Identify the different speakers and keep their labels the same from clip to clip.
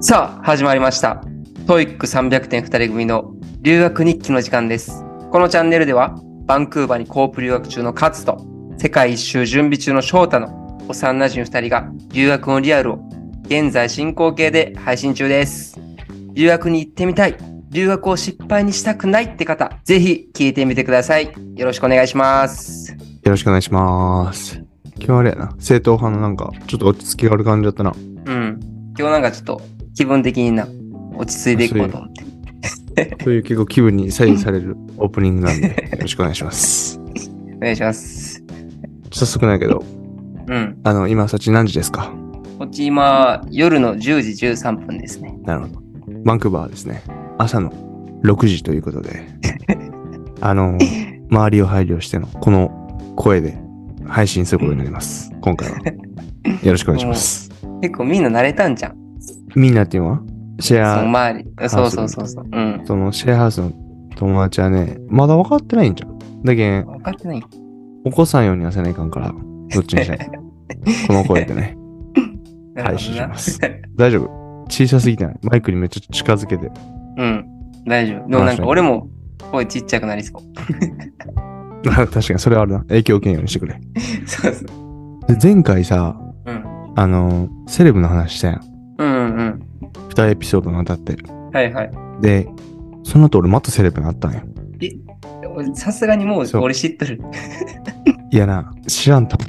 Speaker 1: さあ、始まりました。TOEIC300 点2人組の留学日記の時間です。このチャンネルでは、バンクーバーにコープ留学中のカツと、世界一周準備中の翔太の幼馴染2人が留学のリアルを現在進行形で配信中です。留学に行ってみたい、留学を失敗にしたくないって方、ぜひ聞いてみてください。よろしくお願いします。
Speaker 2: よろしくお願いします。今日あれやな、正統派のなんか、ちょっと落ち着きがある感じだったな。
Speaker 1: うん。今日なんかちょっと気分的にな、落ち着いていこうと思って。
Speaker 2: そういう結構気分に左右されるオープニングなんで、よろしくお願いします。
Speaker 1: お願いします。
Speaker 2: 早速なんやけど、
Speaker 1: うん。
Speaker 2: あの、今そっち何時ですか
Speaker 1: こっち今、夜の10時13分ですね。
Speaker 2: なるほど。バンクーバーですね。朝の6時ということで、あの、周りを配慮しての、この声で配信することになります。今回は。よろしくお願いします。
Speaker 1: 結構みんな慣れたんじゃん。
Speaker 2: みんなっていうのはシェ
Speaker 1: その
Speaker 2: ア、
Speaker 1: 周り。そうそうそうそう。うん。
Speaker 2: そのシェアハウスの友達はね、まだ分かってないんじゃん。だけん、
Speaker 1: 分かってない。
Speaker 2: 起こさんようにはせないかんから、どっち にしないこの声でね、
Speaker 1: なる
Speaker 2: 配
Speaker 1: ほ
Speaker 2: 信
Speaker 1: ど
Speaker 2: し
Speaker 1: な
Speaker 2: ま。す。大丈夫小さすぎてないマイクにめっちゃ近づけて。
Speaker 1: うん。大丈夫。でもなんか俺も声ちっちゃくなりそう。
Speaker 2: 確かに、それはあるな。影響受けんようにしてくれ。
Speaker 1: そうそう。
Speaker 2: で、前回さ、
Speaker 1: うん。
Speaker 2: あのーセレブの話したやん。
Speaker 1: うんうん
Speaker 2: 2エピソードにわたって。
Speaker 1: うん。はいはい。
Speaker 2: で、その後俺またセレブになったんや。
Speaker 1: 俺さすがにもう
Speaker 2: そう
Speaker 1: 俺知っとる。
Speaker 2: いやな、知らんと 思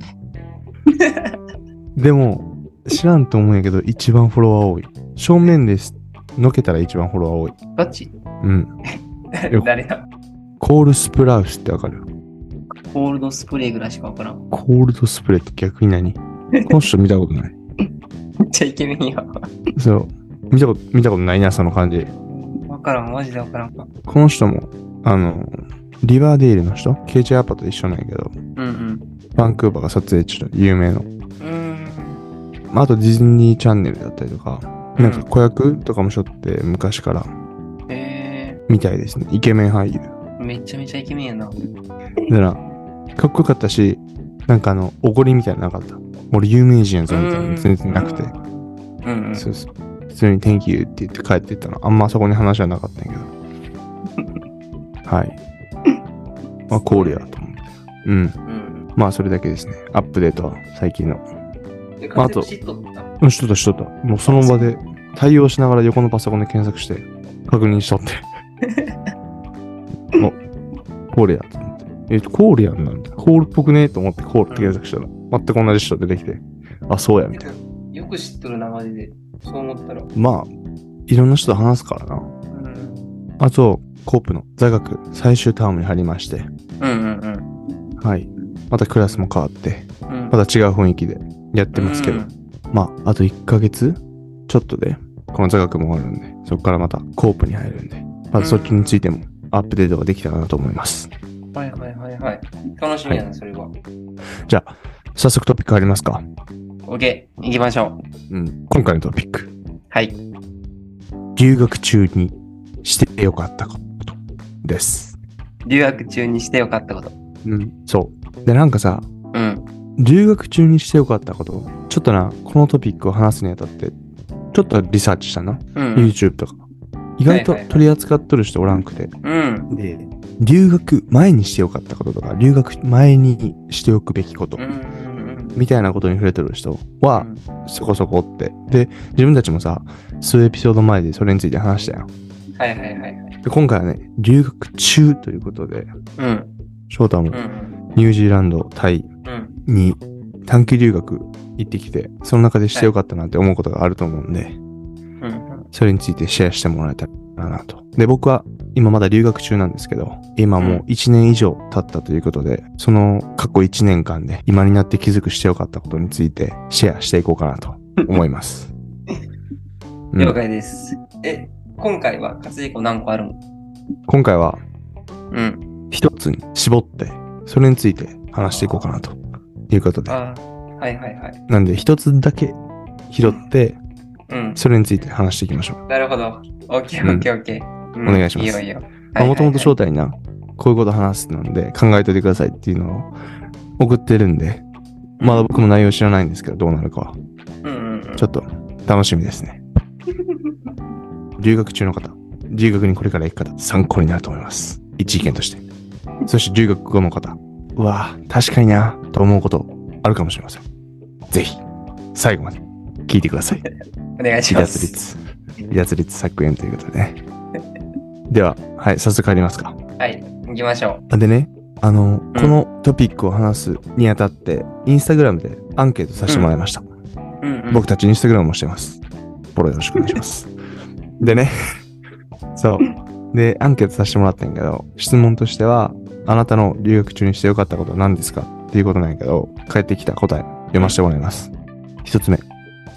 Speaker 2: う。でも、知らんと思うんやけど、一番フォロワー多い。正面です。のけたら一番フォロワー多い。
Speaker 1: どっち
Speaker 2: うん。よ
Speaker 1: 誰だ
Speaker 2: コールスプラウスってわかる
Speaker 1: コールドスプレーぐらいしか分からん。
Speaker 2: コールドスプレーって逆に何この人見たことない。
Speaker 1: めっちゃイケメンや。
Speaker 2: そう。見たこと、見たことないな、その感じ。
Speaker 1: 分からん。マジで分からん。う
Speaker 2: この人も、あの、リバーデールの人、ケージアパと一緒なんやけど、
Speaker 1: んうん。
Speaker 2: バンクーバーが撮影中の有名の。
Speaker 1: うーん。
Speaker 2: まあ、あとディズニーチャンネルだったりとか、なんか子役とかもしょって昔か
Speaker 1: う
Speaker 2: ら
Speaker 1: んえ
Speaker 2: みたいですね。イケメン俳優。
Speaker 1: ー、めちゃめちゃイケメンやな。
Speaker 2: だから、かっこよかったし、なんかあの、おごりみたいなのなかった。俺有名人やぞみたいなの全然なくて。
Speaker 1: うんうん。
Speaker 2: そうそう。普通に Thank you って言って帰ってったの。あんまそこに話はなかったんやけど。はい。まあ、コールやと思って。うん。
Speaker 1: うん。
Speaker 2: まあ、それだけですね。アップデートは最近の。
Speaker 1: で、
Speaker 2: まあ
Speaker 1: 活躍
Speaker 2: あと
Speaker 1: しとった
Speaker 2: うん、しとったしとった。もうその場で対応しながら横のパソコンで検索して、確認しとって。お、コールやと思って。えっと、コールやんなんだ。コールっぽくねと思ってコールって検索したら、全く同じ人出てきて、あ、そうや、みたいな。
Speaker 1: よく知っとるな、マジで。そう思ったら。
Speaker 2: まあ、いろんな人と話すからな。
Speaker 1: うん。
Speaker 2: あと、コープの座学最終タームに入りまして、
Speaker 1: うんうん
Speaker 2: はい。またクラスも変わって、
Speaker 1: うん。
Speaker 2: ま
Speaker 1: だ
Speaker 2: た違う雰囲気でやってますけど、まあ、あと1ヶ月ちょっとで、この座学も終わるんで、そこからまたコープに入るんで、またそっちについてもアップデートができたらなと思います。
Speaker 1: はいはいはいはい。楽しみやな、それは。
Speaker 2: じゃあ、早速トピックありますか
Speaker 1: オッケー、行きましょう。
Speaker 2: うん。今回のトピック。
Speaker 1: はい。
Speaker 2: 留学中にしてよかったことです。
Speaker 1: 留学中にしてよかったこと。
Speaker 2: うん。そう。で、なんかさ、
Speaker 1: うん。
Speaker 2: 留学中にしてよかったことちょっとなこのトピックを話すにあたってちょっとリサーチしたな、
Speaker 1: うん。
Speaker 2: YouTube とか意外と
Speaker 1: はいはいはい
Speaker 2: 取り扱っとる人おらんくて、
Speaker 1: うん。
Speaker 2: で留学前にしてよかったこととか留学前にしておくべきこと、
Speaker 1: うんうん
Speaker 2: みたいなことに触れてる人
Speaker 1: う
Speaker 2: は
Speaker 1: ん。
Speaker 2: そこそこおってで自分たちもさ数エピソード前でそれについて話したよ
Speaker 1: はいはいはいはい。
Speaker 2: で今回はね留学中ということで
Speaker 1: うん。
Speaker 2: 翔太
Speaker 1: う
Speaker 2: も
Speaker 1: ん。
Speaker 2: ニュージーランド
Speaker 1: う
Speaker 2: 対
Speaker 1: ん。
Speaker 2: に短期留学行ってきて、その中でしてよかったなって思うことがあると思うんで、
Speaker 1: うん。
Speaker 2: それについてシェアしてもらえたらなと。で、僕は今まだ留学中なんですけど、今もう1年以上経ったということで、その過去1年間で今になって気づくしてよかったことについてシェアしていこうかなと思います。うん
Speaker 1: 了解です。え、今回は活躍何個あるの
Speaker 2: 今回は
Speaker 1: うん。
Speaker 2: 一つに絞って、それについて話していこうかなということで。
Speaker 1: あーはいはいはい。
Speaker 2: なんで一つだけ拾って、
Speaker 1: うん。
Speaker 2: それについて話していきましょう。
Speaker 1: なるほど。オッケーオッケーオッケー。うん
Speaker 2: お願いします
Speaker 1: いいよいいよ。
Speaker 2: まあ、もともと
Speaker 1: ョ
Speaker 2: 正体な、こういうこと話すなんで考えといてくださいっていうのを送ってるんで、まだ僕も内容知らないんですけど、どうなるかは。
Speaker 1: うんうんうん。
Speaker 2: ちょっと楽しみですね。留学中の方、留学にこれから行く方、参考になると思います。一意見として。そして留学後の方、うわぁ、確かになと思うことあるかもしれません。ぜひ、最後まで聞いてください。
Speaker 1: お願いしま
Speaker 2: 離脱
Speaker 1: す。
Speaker 2: 率、離脱率削減ということでね。では、はい、早速入りますか。
Speaker 1: はい、行きましょ
Speaker 2: でね、あの、このトピックを話すにあたって、インスタグラムでアンケートさせてもらいました。
Speaker 1: う。うんうん、
Speaker 2: 僕たちインスタグラムもしてます。フォローよろしくお願いします。でね、 そう。で、アンケートさせてもらったんやけど、質問としては、あなたの留学中にしてよかったことは何ですかっていうことなんやけど、返ってきた答え、読ませてもらいます。一つ目、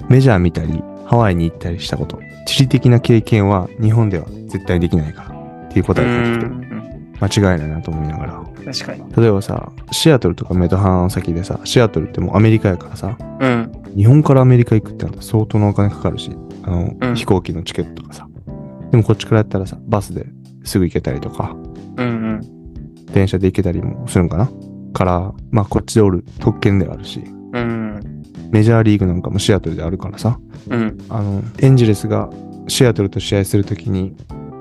Speaker 2: メジャー見たり、ハワイに行ったりしたこと。地理的な経験は日本では絶対できないから。っていう答えが返ってき
Speaker 1: うん
Speaker 2: て、間違いないなと思いながら。
Speaker 1: うん確かに。
Speaker 2: 例えばさ、シアトルとかメドハン先でさ、シアトルってもうアメリカやからさ、
Speaker 1: うん、
Speaker 2: 日本からアメリカ行くってなったら相当なお金かかるし、あの、
Speaker 1: うん
Speaker 2: 飛行機のチケットとかさ。でもこっちからやったらさ、バスですぐ行けたりとか、
Speaker 1: うん、
Speaker 2: 電車で行けたりもするんかなから、まあこっちでおる特権ではあるし、
Speaker 1: うん、うん、
Speaker 2: メジャーリーグなんかもシアトルであるからさ、
Speaker 1: うん、
Speaker 2: あの、エンジェルスがシアトルと試合するときに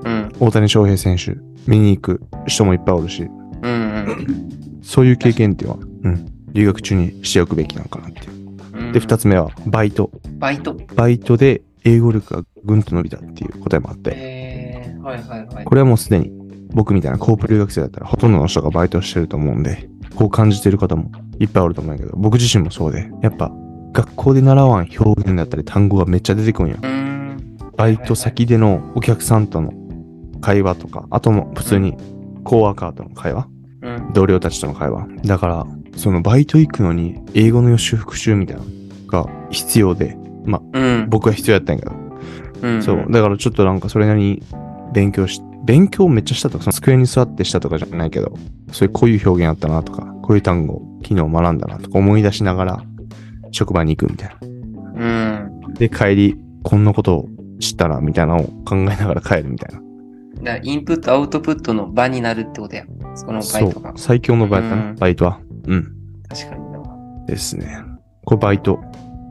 Speaker 1: うん、
Speaker 2: 大谷翔平選手見に行く人もいっぱいおるし、
Speaker 1: うん、
Speaker 2: そういう経験っていうのは、うん、留学中にしておくべきなんかなっていう。
Speaker 1: うん。
Speaker 2: で、二つ目はバイト。
Speaker 1: バイト。
Speaker 2: バイトで英語力がぐんと伸びたっていう答えもあって、
Speaker 1: えー、はいはいはい。
Speaker 2: これはもうすでに僕みたいなコープ留学生だったらほとんどの人がバイトしてると思うんで、こう感じてる方もいっぱいおると思うんやけど、僕自身もそうで、やっぱ学校で習わん表現だったり単語がめっちゃ出てくるんや。
Speaker 1: うーん、
Speaker 2: バイト先でのお客さんとの会話とか、あとも普通にコーワーカーとの会話、
Speaker 1: うん、
Speaker 2: 同僚たちとの会話。だから、そのバイト行くのに英語の予習復習みたいなのが必要で、
Speaker 1: うん、
Speaker 2: 僕は必要やったんやけど、
Speaker 1: うん、
Speaker 2: そう。だからちょっとなんかそれなりに勉強し、勉強めっちゃしたとか、その机に座ってしたとかじゃないけど、そういうこういう表現あったなとか、こういう単語、昨日学んだなとか思い出しながら職場に行くみたいな。
Speaker 1: うん。
Speaker 2: で、帰り、こんなことを知ったらみたいなのを考えながら帰るみたいな。
Speaker 1: だからインプット、アウトプットの場になるってことや。そのバ
Speaker 2: そ
Speaker 1: イ
Speaker 2: う
Speaker 1: トが。。
Speaker 2: 最強のバイトだな、
Speaker 1: うん
Speaker 2: バイトは。うん。
Speaker 1: 確かにな。
Speaker 2: ですね。これバイト。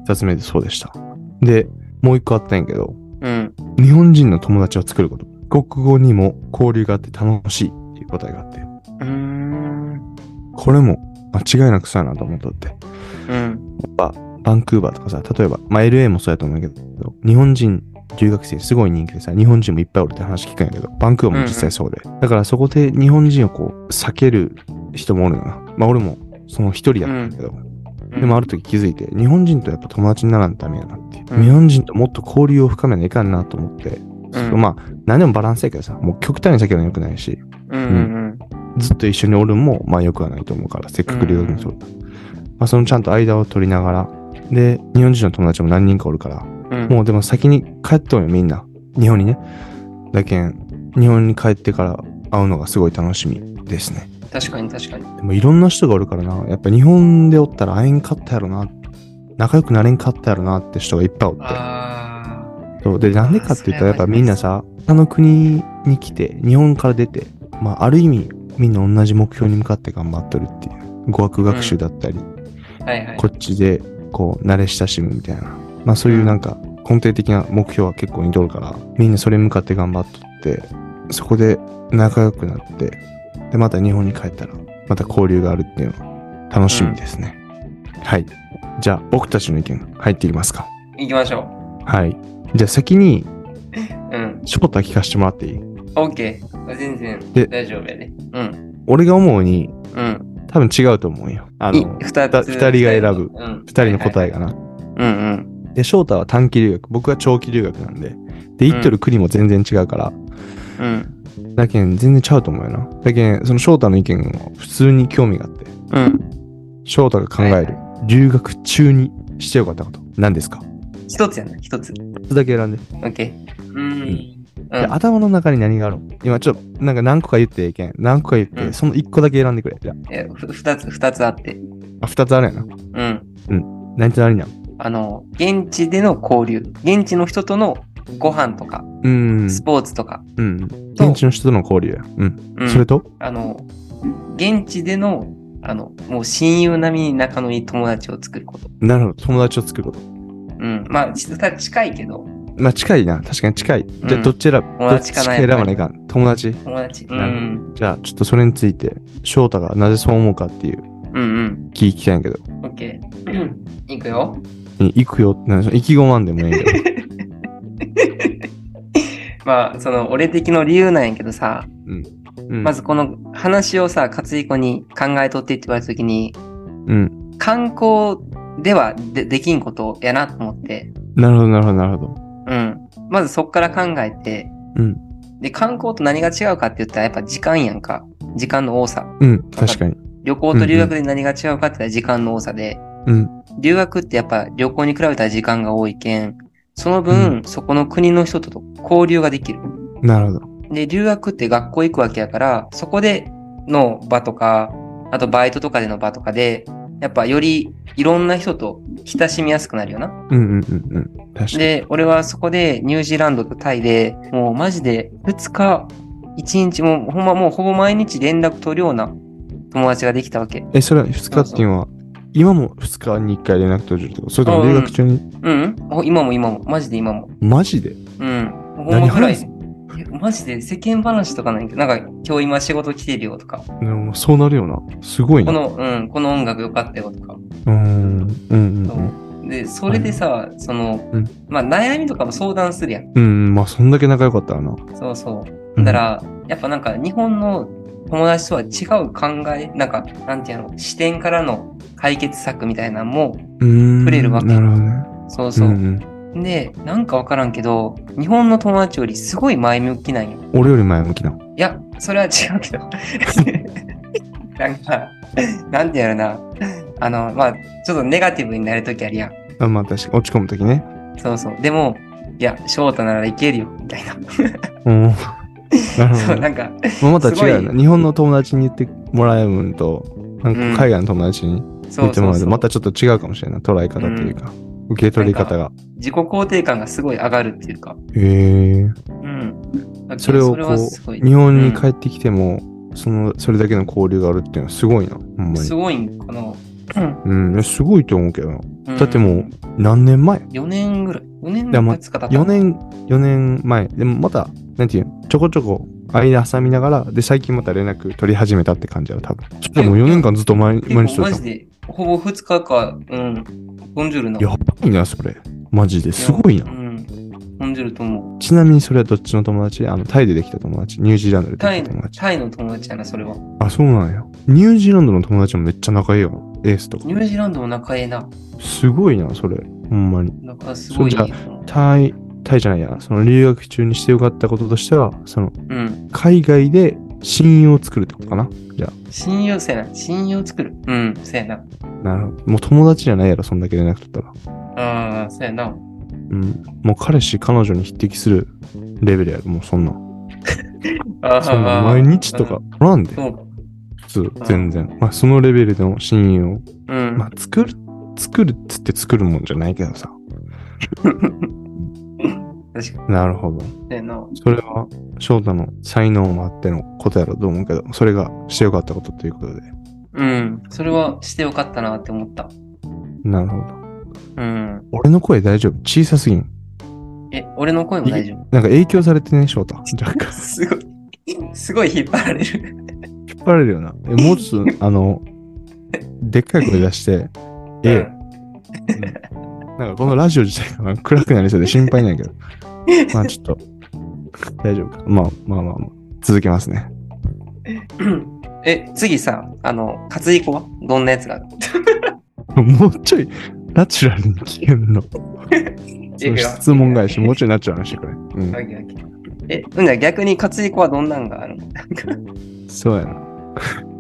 Speaker 2: 二つ目でそうでした。で、もう一個あったんやけど、
Speaker 1: うん、
Speaker 2: 日本人の友達を作ること。国語にも交流があって楽しいっていう答えがあって。
Speaker 1: うーん、
Speaker 2: これも間違いなくそうやなと思っとって。や
Speaker 1: うん、
Speaker 2: っぱ、バンクーバーとかさ、例えば、まあ、LA もそうやと思うけど、日本人留学生すごい人気でさ、日本人もいっぱいおるって話聞くんやけど、バンクーバーも実際そうで。だからそこで日本人をこう、避ける人もおるよな。まあ俺もその一人やったんやけど、
Speaker 1: うん
Speaker 2: でもある時気づいて、日本人とやっぱ友達にならんとダメやなっていう。
Speaker 1: うん
Speaker 2: 日本人ともっと交流を深めないかんなと思って、
Speaker 1: うん
Speaker 2: まあ、何でもバランスやけどさ、もう極端に避けるの良くないし、
Speaker 1: うん、うん、
Speaker 2: ずっと一緒におるんも、まあよくはないと思うから、せっかく留学にそうだ。まあそのちゃんと間を取りながら、で、日本人の友達も何人かおるから、
Speaker 1: うん、
Speaker 2: もうでも先に帰っとんよ、みんな。日本にね。だけん、日本に帰ってから会うのがすごい楽しみですね。
Speaker 1: うん確かに確かに。
Speaker 2: でもいろんな人がおるからな、やっぱ日本でおったら会えんかったやろな、仲良くなれんかったやろなって人がいっぱいおって。
Speaker 1: あ
Speaker 2: そうでなんでかって言ったらやっぱみんなさ他の国に来て日本から出て、まあ、ある意味みんな同じ目標に向かって頑張ってるっていう語学学習だったり、
Speaker 1: あ、はいはい。
Speaker 2: こっちでこう慣れ親しむみたいな、まあ、そういうなんか根底的な目標は結構似とるからみんなそれに向かって頑張っとってそこで仲良くなってでまた日本に帰ったらまた交流があるっていうのは楽しみですね、はいじゃあ僕たちの意見入っていきますか
Speaker 1: 行きましょ
Speaker 2: はいじゃあ先に
Speaker 1: う。うん。
Speaker 2: ショートは聞かせてもらっていい
Speaker 1: OK。全
Speaker 2: で
Speaker 1: 然大丈夫やね。うん。
Speaker 2: 俺が思うに
Speaker 1: うん。
Speaker 2: 多分違うと思うよ。あ
Speaker 1: い
Speaker 2: の、
Speaker 1: 二つ
Speaker 2: 二人が選ぶ
Speaker 1: うん。
Speaker 2: 二人の答
Speaker 1: え。
Speaker 2: えがな。
Speaker 1: うん
Speaker 2: で、翔太は短期留学、僕は長期留学なんで。で、行っとる国も全然違うから、
Speaker 1: うん。うん。
Speaker 2: だけん全然ちゃうと思うよな。だけん、その翔太の意見も普通に興味があって、
Speaker 1: うん。
Speaker 2: 翔太が考える、留学中にしてよかったこと、何ですか
Speaker 1: 一つやな、一つ。
Speaker 2: それだけ選んで。
Speaker 1: OK。うん。
Speaker 2: で
Speaker 1: うん
Speaker 2: 頭の中に何があるの今ちょっと、なんか何個か言ってええけん。何個か言っ
Speaker 1: う
Speaker 2: て、
Speaker 1: ん
Speaker 2: その一個だけ選んでくれ。じゃ
Speaker 1: えふ二つ、二つあって。
Speaker 2: あ、二つあるやな。
Speaker 1: うん。
Speaker 2: 何と何なの
Speaker 1: あの、現地での交流、現地の人とのご飯とか、
Speaker 2: うん。
Speaker 1: スポーツとか、
Speaker 2: うん。
Speaker 1: と
Speaker 2: 現地の人との交流や。うん。
Speaker 1: うん
Speaker 2: それと
Speaker 1: あの、現地での、あの、もう親友並みに仲のいい友達を作ること。
Speaker 2: なるほど。友達を作ること。
Speaker 1: うん。まあ、実は近いけど、
Speaker 2: まあ近いな。確かに近い。じゃ
Speaker 1: う
Speaker 2: あ
Speaker 1: ん
Speaker 2: どっち選ぶ、
Speaker 1: 友
Speaker 2: どっ
Speaker 1: 達
Speaker 2: ち
Speaker 1: か
Speaker 2: か
Speaker 1: な
Speaker 2: 選ばない
Speaker 1: やっ
Speaker 2: かん。友達。
Speaker 1: 友達う
Speaker 2: なる
Speaker 1: ん
Speaker 2: じゃあちょっとそれについて、翔太がなぜそう思うかっていう
Speaker 1: うん
Speaker 2: 聞きたいんやけど。
Speaker 1: うんオッケーいくよ
Speaker 2: に行くよって何でしょ意気込まんでもええけど。
Speaker 1: まあその俺的の理由なんやけどさ
Speaker 2: うん
Speaker 1: まずこの話をさ勝彦に考えとってって言われた時に
Speaker 2: うん。
Speaker 1: 観光ではでできんことやなと思って
Speaker 2: なるほど、なるほど、なるほど。
Speaker 1: うんまずそっから考えて
Speaker 2: うん。
Speaker 1: で観光と何が違うかって言ったらやっぱ時間やんか時間の多さ
Speaker 2: うん。確かに。
Speaker 1: 旅行と留学で何が違うかって言ったら時間の多さで、
Speaker 2: うん。
Speaker 1: 留学ってやっぱ旅行に比べたら時間が多いけん、その分、そこの国の人と交流ができる。
Speaker 2: なるほど。
Speaker 1: で、留学って学校行くわけやから、そこでの場とか、あとバイトとかでの場とかで、やっぱよりいろんな人と親しみやすくなるよな。
Speaker 2: うんうんうんうん。確かに。
Speaker 1: で、俺はそこでニュージーランドとタイで、もうマジで2日、1日もうほんまもうほぼ毎日連絡取るような友達ができたわけ。
Speaker 2: え、それは2日っていうのは、今も2日に1回連絡取れるってことそれとも留学中に、
Speaker 1: うん、お今も今も、マジで今も。
Speaker 2: マジで
Speaker 1: うん。ほんまぐらい。
Speaker 2: 何
Speaker 1: いやマジで世間話とかないけど、なんか今日今仕事来てるよとか、
Speaker 2: でもそうなるよな。すごい
Speaker 1: こ
Speaker 2: な。
Speaker 1: の、うん、この音楽良かったよとか。
Speaker 2: うーん。うんうんうん。
Speaker 1: で、それでさ、その、
Speaker 2: うん
Speaker 1: まあ悩みとかも相談するやん。
Speaker 2: うんうん。まあ、そんだけ仲良かったらな。
Speaker 1: そうそう。
Speaker 2: うん
Speaker 1: だか、ら、やっぱなんか日本の友達とは違う考え、なんか、なんていうの、視点からの解決策みたいなのも、
Speaker 2: うーん。
Speaker 1: 触れるわけ
Speaker 2: なるほどね。
Speaker 1: そうそう。
Speaker 2: んん
Speaker 1: で、なんかわからんけど、日本の友達よりすごい前向きなんよ。
Speaker 2: 俺より前向きな。
Speaker 1: いや、それは違うけど。 なんか、なんてやろな。あの、まあ、ちょっとネガティブになるときあるやん。
Speaker 2: あまあ、確かに。落ち込むときね。
Speaker 1: そうそう。でも、いや、翔太ならいけるよ、みたいな。
Speaker 2: うん。なる
Speaker 1: そ
Speaker 2: ほ
Speaker 1: う、
Speaker 2: ど
Speaker 1: な
Speaker 2: ね。
Speaker 1: んか、
Speaker 2: まあ、また違う
Speaker 1: す
Speaker 2: よ
Speaker 1: ご
Speaker 2: な。日本の友達に言ってもらえるんと、なん
Speaker 1: うん
Speaker 2: か海外の友達に
Speaker 1: そ
Speaker 2: 言
Speaker 1: う
Speaker 2: って
Speaker 1: そ
Speaker 2: も
Speaker 1: う
Speaker 2: らえ
Speaker 1: そ
Speaker 2: る
Speaker 1: う。
Speaker 2: またちょっと違うかもしれんない。捉え方というか、受け取り方が。
Speaker 1: 自己肯定感がすごい上がるっていうか。
Speaker 2: へえー。
Speaker 1: うん。だけど
Speaker 2: それを
Speaker 1: れ
Speaker 2: こ
Speaker 1: はすご
Speaker 2: う
Speaker 1: い
Speaker 2: 日本に帰ってきても、そのそれだけの交流があるっていうのはすごいなほんまに
Speaker 1: すごいんかな。
Speaker 2: うんいやすごいと思うけどな
Speaker 1: うん
Speaker 2: だってもう何年前
Speaker 1: 4年ぐらい。4年
Speaker 2: いやま
Speaker 1: 経つか経た
Speaker 2: 4。年4年前でもまたなんていうのちょこちょこ間挟みながらで最近また連絡取り始めたって感じやろ多分そしたらもう4年間ずっと毎
Speaker 1: 結
Speaker 2: 毎日
Speaker 1: 構マ
Speaker 2: 取れ
Speaker 1: ジ
Speaker 2: た
Speaker 1: で、ほぼ2日か、うん。ボンジュールな。
Speaker 2: やばいなそれマジですごいな
Speaker 1: うん。ボンジュールと思う。
Speaker 2: ちなみにそれはどっちの友達あのタイでできた友達ニュージーランドで
Speaker 1: タイ
Speaker 2: できた
Speaker 1: の
Speaker 2: 友達
Speaker 1: タイの友達やな、それは。
Speaker 2: あそうなんやニュージーランドの友達もめっちゃ仲いいよエースとか
Speaker 1: ニュージーランドも仲ええな。
Speaker 2: すごいなそれほんまに
Speaker 1: なんかすごいいい
Speaker 2: そうじタイ、タイじゃないや、その留学中にしてよかったこととしては、その
Speaker 1: うん。
Speaker 2: 海外で親友を作るってことかな。
Speaker 1: 信用せやな。信用作る。うん、せやな。
Speaker 2: なるほど。もう友達じゃないやろ、そんだけ連絡取ったら。
Speaker 1: ああ、せやな。
Speaker 2: うん。もう彼氏、彼女に匹敵するレベルやろ、もうそんなん。
Speaker 1: ああ
Speaker 2: そんなん毎日とか。、おらんで、
Speaker 1: うんそう。
Speaker 2: 普通、全然。まあ、そのレベルでの親友を、
Speaker 1: うん。
Speaker 2: まあ、作る、作るっつって作るもんじゃないけ どさ。
Speaker 1: 確か
Speaker 2: なるほど。
Speaker 1: に。せやな。
Speaker 2: それは、翔太の才能もあってのことやろと思うけど、それがしてよかったことということで。
Speaker 1: うん。それはしてよかったなって思った。
Speaker 2: なるほど。
Speaker 1: うん。
Speaker 2: 俺の声大丈夫小さすぎん。
Speaker 1: え、俺の声も大丈夫。
Speaker 2: なんか影響されてね、翔太。若 干。
Speaker 1: すごい。すごい引っ張られる。
Speaker 2: 引っ張られるよな。えもうちょっ と、あの、でっかい声出 して、ええ、なんかこのラジオ自体が 暗くなりそうで心配なんやけ ど。まあちょっと、大丈夫か。まあまあまあまあ、続けますね。
Speaker 1: うん。え、次さ、あの、活彦はどんなやつが
Speaker 2: もうちょい、ナチュラルに聞けんの。そ
Speaker 1: い
Speaker 2: の
Speaker 1: くよ
Speaker 2: 質問返し、もうちょいナチュラルにしてくれ。うん
Speaker 1: オッケーオッケーえ、うんじゃあ逆に活彦はどんなんがあるの
Speaker 2: そうやな。う。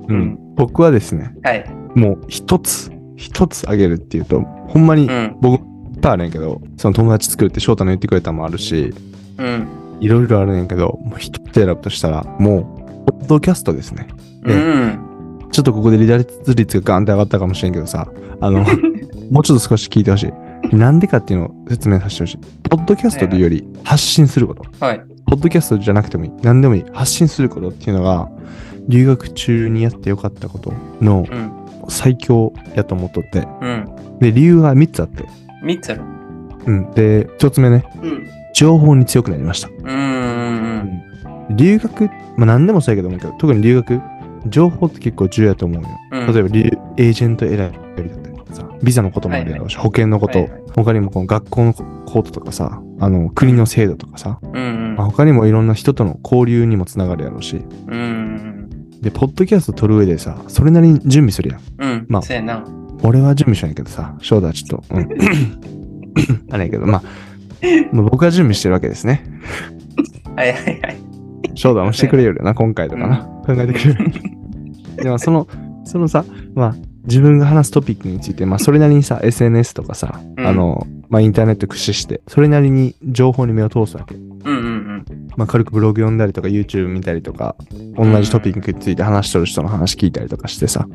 Speaker 1: うん
Speaker 2: 僕はですね、
Speaker 1: はい。
Speaker 2: もう一つ、一つあげるっていうと、ほんまに
Speaker 1: うん。
Speaker 2: 僕いっぱいあるんやけどその友達作るって翔太の言ってくれたのもあるし
Speaker 1: うん。
Speaker 2: いろいろあるんやけどもう一つ選ぶとしたらもうポッドキャストですね
Speaker 1: う
Speaker 2: で
Speaker 1: ん。
Speaker 2: ちょっとここで離脱率がガンって上がったかもしれんけどさあ のもうちょっと少し聞いてほしいなんでかっていうのを説明させてほしいポッドキャストというより発信すること
Speaker 1: はい。
Speaker 2: ポッドキャストじゃなくてもいい何でもいい発信することっていうのが留学中にやってよかったことの
Speaker 1: うん。
Speaker 2: 最強やと思っとって
Speaker 1: うん。
Speaker 2: で理由が3つあって
Speaker 1: 三つある。
Speaker 2: うんで1つ目ね
Speaker 1: うん。
Speaker 2: 情報に強くなりました。
Speaker 1: うんうん
Speaker 2: 留学、まあ何でもそうやけど思うけど、特に留学、情報って結構重要やと思うよ。
Speaker 1: うんうん。
Speaker 2: 例えば留、エージェント選びだったりとかさ、ビザのこともあるやろうし、保険のこと、
Speaker 1: はいはい
Speaker 2: 他にもこの学校のコートとかさ、あの、国の制度とかさ、
Speaker 1: うん
Speaker 2: まあ他にもいろんな人との交流にもつながるやろうし、
Speaker 1: うん。うん
Speaker 2: で、ポッドキャスト撮る上でさ、それなりに準備するや
Speaker 1: う
Speaker 2: ん。
Speaker 1: んうん。
Speaker 2: まあ
Speaker 1: そうやな。
Speaker 2: 俺は準備しないけどさ、翔太はちょっと、 うん。あれやけど、まあ、まあ僕は準備してるわけですね。
Speaker 1: はいはいはい。
Speaker 2: 商談をしてくれよるよな、今回とかな。考えてく れる。でも、その、そのさ、まあ、自分が話すトピックについて、まあ、それなりにさ、SNS とかさ、
Speaker 1: うん
Speaker 2: あの、まあ、インターネット駆使して、それなりに情報に目を通すわけ。
Speaker 1: うんうん
Speaker 2: まあ、軽くブログ読んだりとか、YouTube 見たりとか、同じトピックについて話しとる人の話聞いたりとかしてさ、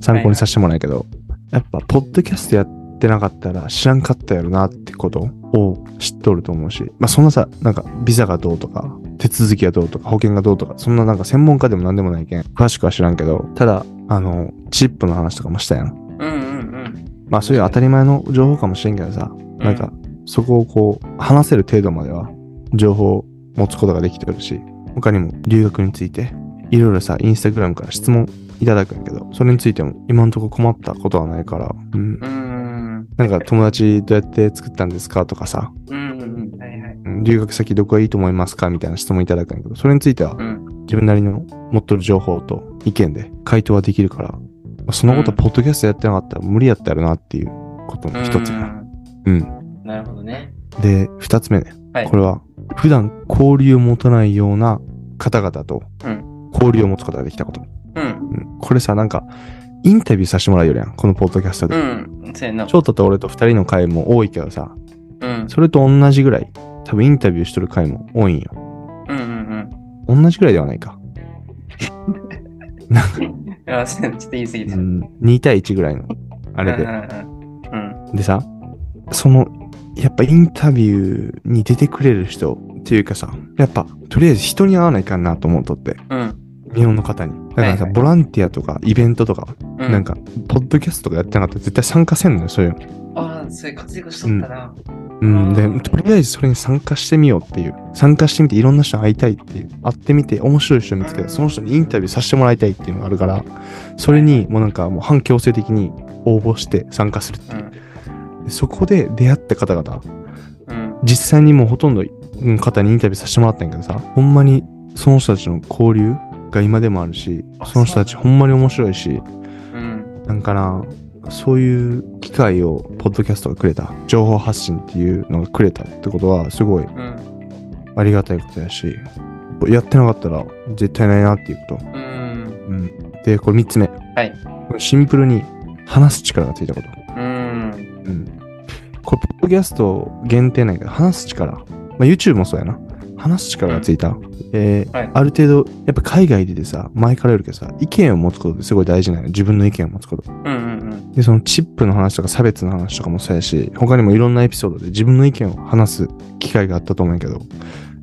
Speaker 2: 参考にさせてもらうけど、やっぱ、ポッドキャストやってなかったら知らんかったやろなってことを知っとると思うし、まあ、そんなさ、なんか、ビザがどうとか、手続きがどうとか、保険がどうとか、そんななんか専門家でも何でもないけん、詳しくは知らんけど、ただ、あの、チップの話とかもしたやん。
Speaker 1: うん。うんうん
Speaker 2: まあ、そういう当たり前の情報かもしれんけどさ、
Speaker 1: うん。
Speaker 2: なんか、そこをこう、話せる程度までは、情報を持つことができてるし、他にも留学について、いろいろさ、インスタグラムから質問いただくんやけど、それについても今んとこ困ったことはないから、うん
Speaker 1: う、ん。
Speaker 2: なんか友達どうやって作ったんですかとかさ、
Speaker 1: うんうんうん。はいはい。
Speaker 2: うん留学先どこがいいと思いますかみたいな質問いただくんやけど、それについては
Speaker 1: うん。
Speaker 2: 自分なりの持っとる情報と意見で回答はできるから、そのこと
Speaker 1: うん
Speaker 2: ポッドキャストやってなかったら無理やったやろなっていうことの一つやな。うん
Speaker 1: うん。なるほどね。
Speaker 2: で、二つ目ね。
Speaker 1: はい
Speaker 2: これは、普段交流を持たないような方々と
Speaker 1: うん、
Speaker 2: 交流を持つことができたこと。
Speaker 1: うん。
Speaker 2: うんこれさ、なんか、インタビューさせてもらうよりやん、このポッドキャスト
Speaker 1: う
Speaker 2: で。
Speaker 1: ん。そうやな。
Speaker 2: 翔太と俺と二人の回も多いけどさ、
Speaker 1: うん。
Speaker 2: それと同じぐらい、多分インタビューしとる回も多いんよ。
Speaker 1: うんうん
Speaker 2: 同じぐらいではないか。
Speaker 1: うん。あ、そうやなちょっと言い過ぎ
Speaker 2: う
Speaker 1: た。
Speaker 2: ん、2対1ぐらいの、あ
Speaker 1: あ
Speaker 2: れで。
Speaker 1: うん。
Speaker 2: でさ、その、やっぱインタビューに出てくれる人っていうかさ、やっぱ、とりあえず人に会わないかんなと思うとって。
Speaker 1: うん。
Speaker 2: 日本の方に。だからさ、
Speaker 1: はいはい
Speaker 2: ボランティアとかイベントとか、
Speaker 1: うん。
Speaker 2: なん。か、ポッドキャストとかやってなかったら絶対参加せんのよ、そういうの。
Speaker 1: ああ、そういう活躍しとったな。
Speaker 2: うん。
Speaker 1: あ
Speaker 2: で、
Speaker 1: ー
Speaker 2: とりあえずそれに参加してみようっていう。参加してみていろんな人に会いたいっていう。会ってみて面白い人見つけて、その人にインタビューさせてもらいたいっていうのがあるから、それにもうなんかもう反強制的に応募して参加するって
Speaker 1: う。
Speaker 2: いうんでそこで出会った方々、
Speaker 1: うん。
Speaker 2: 実際にもうほとんどの方にインタビューさせてもらったんやけどさ、ほんまにその人たちの交流が今でもあるし
Speaker 1: あ、
Speaker 2: その人たちほんまに面白いし、
Speaker 1: うん。
Speaker 2: なんかな、そういう機会を、ポッドキャストがくれた、情報発信っていうのがくれたってことは、すごい
Speaker 1: うん。
Speaker 2: ありがたいことやし、やってなかったら絶対ないなっていうこと。
Speaker 1: うん。。
Speaker 2: うん。で、これ3つ目。はいこれシンプルに、話す力がついたこと。
Speaker 1: うん。
Speaker 2: うん。これ、ポッドキャスト限定なんやけど、話す力。まあ、YouTube もそうやな。話す力がついた。えー
Speaker 1: はい
Speaker 2: ある程度、やっぱ海外でてさ、前からよるけどさ、意見を持つことってすごい大事なのよ。自分の意見を持つこと。
Speaker 1: うん。うん。
Speaker 2: で、そのチップの話とか差別の話とかもそうやし、他にもいろんなエピソードで自分の意見を話す機会があったと思うんやけど、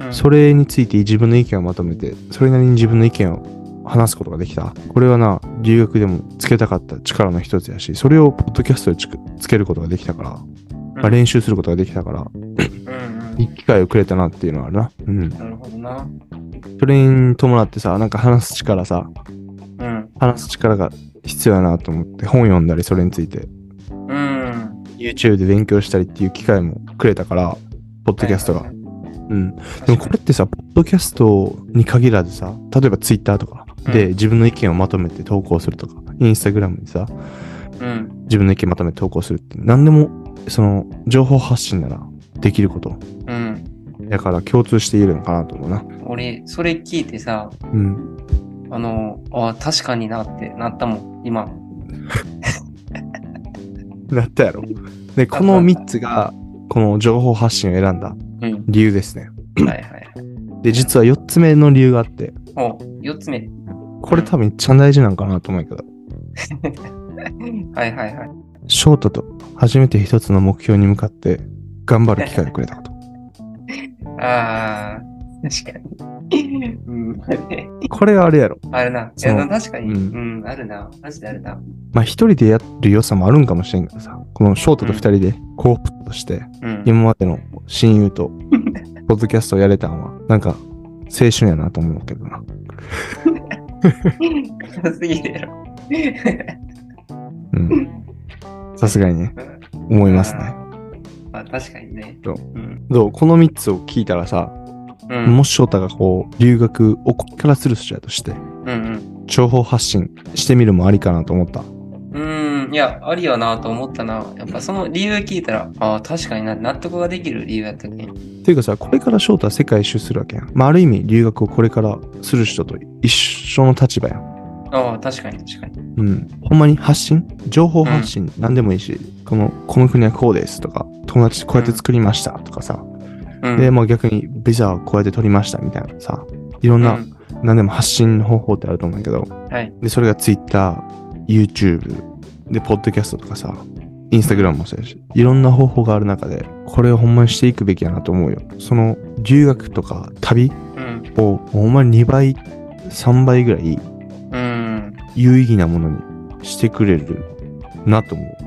Speaker 1: うん。
Speaker 2: それについて自分の意見をまとめて、それなりに自分の意見を話すことができた。これはな、留学でもつけたかった力の一つやし、それをポッドキャストでつくつけることができたから、まあ、練習することができたから、
Speaker 1: うん。うん
Speaker 2: いい機会をくれたなっていうのはあるな。うん。
Speaker 1: なるほどな。
Speaker 2: それに伴ってさ、なんか話す力さ、
Speaker 1: うん。
Speaker 2: 話す力が必要やなと思って、本読んだり、それについて
Speaker 1: うん。
Speaker 2: YouTube で勉強したりっていう機会もくれたから、ポッドキャストが。
Speaker 1: はいはい
Speaker 2: うん。でもこれってさ、ポッドキャストに限らずさ、例えば Twitter とかで
Speaker 1: うん
Speaker 2: 自分の意見をまとめて投稿するとか、Instagram にさ、
Speaker 1: うん。
Speaker 2: 自分の意見まとめて投稿するって、何でも、その、情報発信ならできること。
Speaker 1: うん。
Speaker 2: だから共通して言えるのかなと思うな。
Speaker 1: 俺、それ聞いてさ、
Speaker 2: うん。
Speaker 1: あの、あ確かになってなったもん、今。
Speaker 2: なったやろ。で、この3つが、この情報発信を選んだ
Speaker 1: うん。
Speaker 2: 理由ですね。
Speaker 1: はいはい。
Speaker 2: で、実は4つ目の理由があって、
Speaker 1: お、四つ目。
Speaker 2: これ多分一番大事なんかなと思うんやけど、
Speaker 1: はいはいはい。
Speaker 2: 翔太と初めて一つの目標に向かって頑張る機会をくれたこと。
Speaker 1: ああ、確かに。うん。
Speaker 2: これはあれやろ。
Speaker 1: あるな。い
Speaker 2: そ
Speaker 1: や
Speaker 2: の
Speaker 1: な確かに、
Speaker 2: う
Speaker 1: うん。あるな。マジであるな。
Speaker 2: まあ一人でやる良さもあるんかもしれんけどさ、この翔太と二人で候補として、
Speaker 1: うん。
Speaker 2: 今までの親友とポッドキャストやれたんは、なんか、青春やなと思うけどな。
Speaker 1: 暗 すぎるやろ。
Speaker 2: うん。さすがにね、思います ね。
Speaker 1: まあ確かにね。。
Speaker 2: そうんどうこの3つを聞いたらさ、
Speaker 1: うん。
Speaker 2: もし翔太がこう、留学をこっからする人やとして、
Speaker 1: うん
Speaker 2: 情報発信してみるもありかなと思った。
Speaker 1: うん。うん。いや、ありやなと思ったな。やっぱその理由聞いたら、ああ、確かにな、納得ができる理由やったね。
Speaker 2: っていうかさ、これから翔太は世界一周するわけやん。まあ、ある意味、留学をこれからする人と一緒の立場やん。
Speaker 1: ああ、確かに確かに。
Speaker 2: うん。ほんまに発信情報発信、なん、何でもいいし、この、この国はこうですとか、友達こうやって作りましたとかさ、
Speaker 1: うん。
Speaker 2: で、まあ逆にビザはこうやって取りましたみたいなさ、いろんな、
Speaker 1: うん
Speaker 2: 何でも発信の方法ってあると思うんだけど、
Speaker 1: はい。
Speaker 2: で、それが Twitter、YouTube、で、ポッドキャストとかさ、インスタグラムもそうやし、いろんな方法がある中で、これをほんまにしていくべきやなと思うよ。その、留学とか旅
Speaker 1: うん。
Speaker 2: を、ほんまに2倍、3倍ぐらい
Speaker 1: うん。
Speaker 2: 有意義なものにしてくれるなと思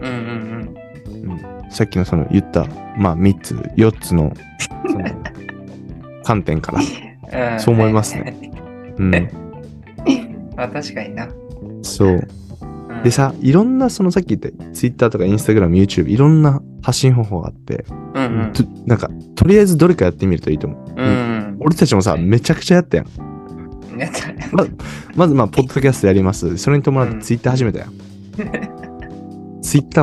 Speaker 1: うんうん
Speaker 2: う。うん、さっきのその言った、まあ3つ、4つの、 その、観点から。
Speaker 1: うん。ん
Speaker 2: そう思いますね。うん。
Speaker 1: あ、確かにな。
Speaker 2: そう。
Speaker 1: うん
Speaker 2: で、さ、いろんな、そのさっき言った Twitter とか Instagram、YouTube、いろんな発信方法があって、
Speaker 1: うんうん
Speaker 2: となんか、とりあえずどれかやってみるといいと思う。
Speaker 1: うん。
Speaker 2: 俺たちもさ、めちゃくちゃやったやん。
Speaker 1: やったね
Speaker 2: まず、まあ、ポッドキャストやります。それに伴って Twitter 始めたやん。Twitter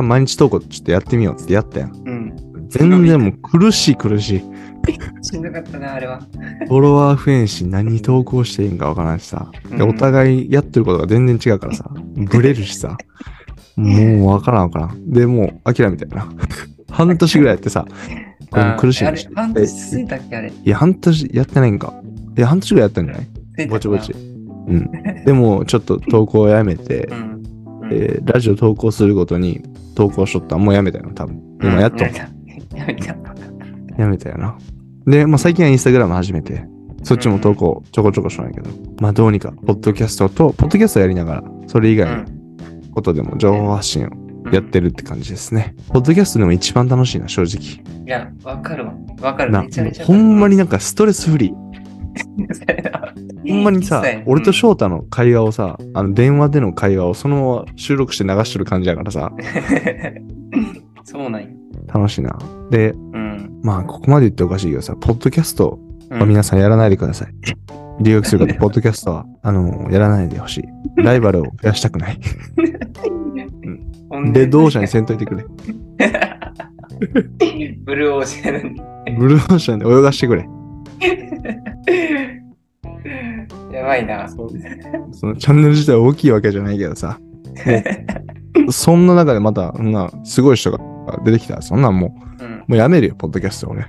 Speaker 2: 毎日投稿ちょっとやってみようってやったやん。
Speaker 1: うん。
Speaker 2: 全然もう苦しい苦しい。
Speaker 1: しんどかったな、あれは。
Speaker 2: フォロワー増えんし、何投稿していいんかわからんしさ。で、
Speaker 1: うん
Speaker 2: お互いやってることが全然違うからさ、ブレるしさ。もうわからんわからん。で、もう諦めたよな。 半年ぐらいやってさ、これも苦しい
Speaker 1: あ
Speaker 2: な
Speaker 1: れ、半年過ぎたっけ、あれ。
Speaker 2: いや、半年やってないんか。いや、半年ぐらいやったんじゃない
Speaker 1: 過ぎたかな
Speaker 2: ぼちぼち。。うん。でも、ちょっと投稿をやめて
Speaker 1: う、ん。うん
Speaker 2: えーラジオ投稿するごとに投稿しとった。もうやめたよな、多分。今やっと
Speaker 1: うん。やめた。やめた
Speaker 2: やめたよな。で、まあ、最近はインスタグラム始めて、そっちも投稿ちょこちょこしないけど、まあ、どうにか、ポッドキャストと、ポッドキャストやりながら、それ以外のことでも情報発信を
Speaker 1: うん
Speaker 2: やってるって感じですね。ポッドキャストでも一番楽しいな、正直。
Speaker 1: いや、わかるわ。わかる。
Speaker 2: な、
Speaker 1: めちゃ
Speaker 2: も
Speaker 1: め
Speaker 2: う
Speaker 1: ちゃわか
Speaker 2: ほ
Speaker 1: る。
Speaker 2: んまになんかストレスフリー。
Speaker 1: ほ
Speaker 2: ほんまにさ、俺と翔太の会話をさ、あの電話での会話をそのまま収録して流してる感じだからさ、
Speaker 1: そうなんや。
Speaker 2: 楽しいな。で、
Speaker 1: うん。
Speaker 2: まあ、ここまで言っておかしいけどさ、ポッドキャスト
Speaker 1: う
Speaker 2: は
Speaker 1: ん
Speaker 2: 皆さんやらないでくだ さい。留学する方、ポッドキャストは、あの、やらないでほしい。ライバルを増やしたくない。
Speaker 1: ほん
Speaker 2: で、同社にせんといて くれ。
Speaker 1: ブルーオーシャン に。
Speaker 2: ブルーオーシャンで泳がしてくれ。
Speaker 1: やばいな。
Speaker 2: そのチャンネル自体大きいわけじゃないけど さ、そんな中でまた、そんな、すごい人が出てきたら、そんなんもう、
Speaker 1: うん、
Speaker 2: もうやめるよ、ポッドキャストを ね。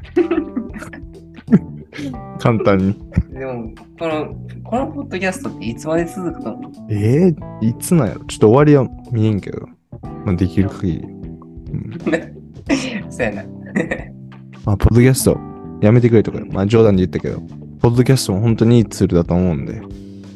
Speaker 2: 簡単に。
Speaker 1: でも、この、このポッドキャストっていつまで続くと思う
Speaker 2: えー、いつなんやろちょっと終わりは見えんけど、まあ、できる限り。うん
Speaker 1: そうやな。
Speaker 2: まあ、ポッドキャストやめてくれとか、まあ、冗談で言ったけど、ポッドキャストも本当にいいツールだと思うんで、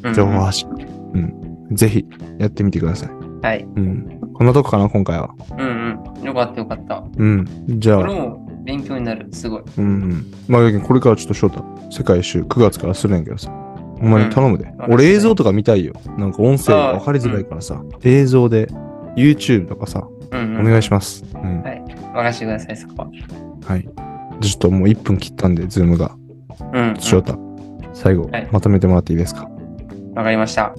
Speaker 1: うん
Speaker 2: 情報発信。うん。ぜひ、やってみてください。
Speaker 1: はい。
Speaker 2: うん。こんなとこかな、今回は。
Speaker 1: うんうん。よかったよかった。
Speaker 2: うん。じゃ
Speaker 1: こ
Speaker 2: あ
Speaker 1: れ、も勉強になる。すごい。
Speaker 2: うんうん。まあ、これからちょっと翔太、世界一周9月からするんやけどさ。お前頼むで。
Speaker 1: うん
Speaker 2: 俺映像とか見たいよ。なんか音声
Speaker 1: あー
Speaker 2: 分かりづらいからさ。映像で、YouTube とかさ、
Speaker 1: うん、
Speaker 2: お願いし
Speaker 1: ま
Speaker 2: ます。うん。
Speaker 1: す。任せてください、そこは。
Speaker 2: はい。ちょっともう1分切ったんで、ズームが。
Speaker 1: うん、うん。
Speaker 2: 翔太、最後
Speaker 1: はい、
Speaker 2: まとめてもらっていいですか。
Speaker 1: わかりました。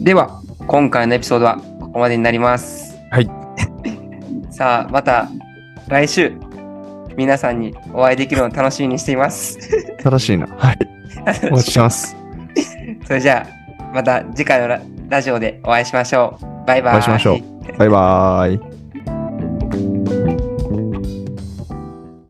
Speaker 1: では、今回のエピソードはここまでになります。
Speaker 2: はい。
Speaker 1: さあ、また来週、皆さんにお会いできるのを楽しみにしています。
Speaker 2: 正しいな。はい。お待ちしてます。
Speaker 1: それじゃあ、また次回のララジオでお会いしましょう。バイバイ。
Speaker 2: お会いしましょうバイバーイ。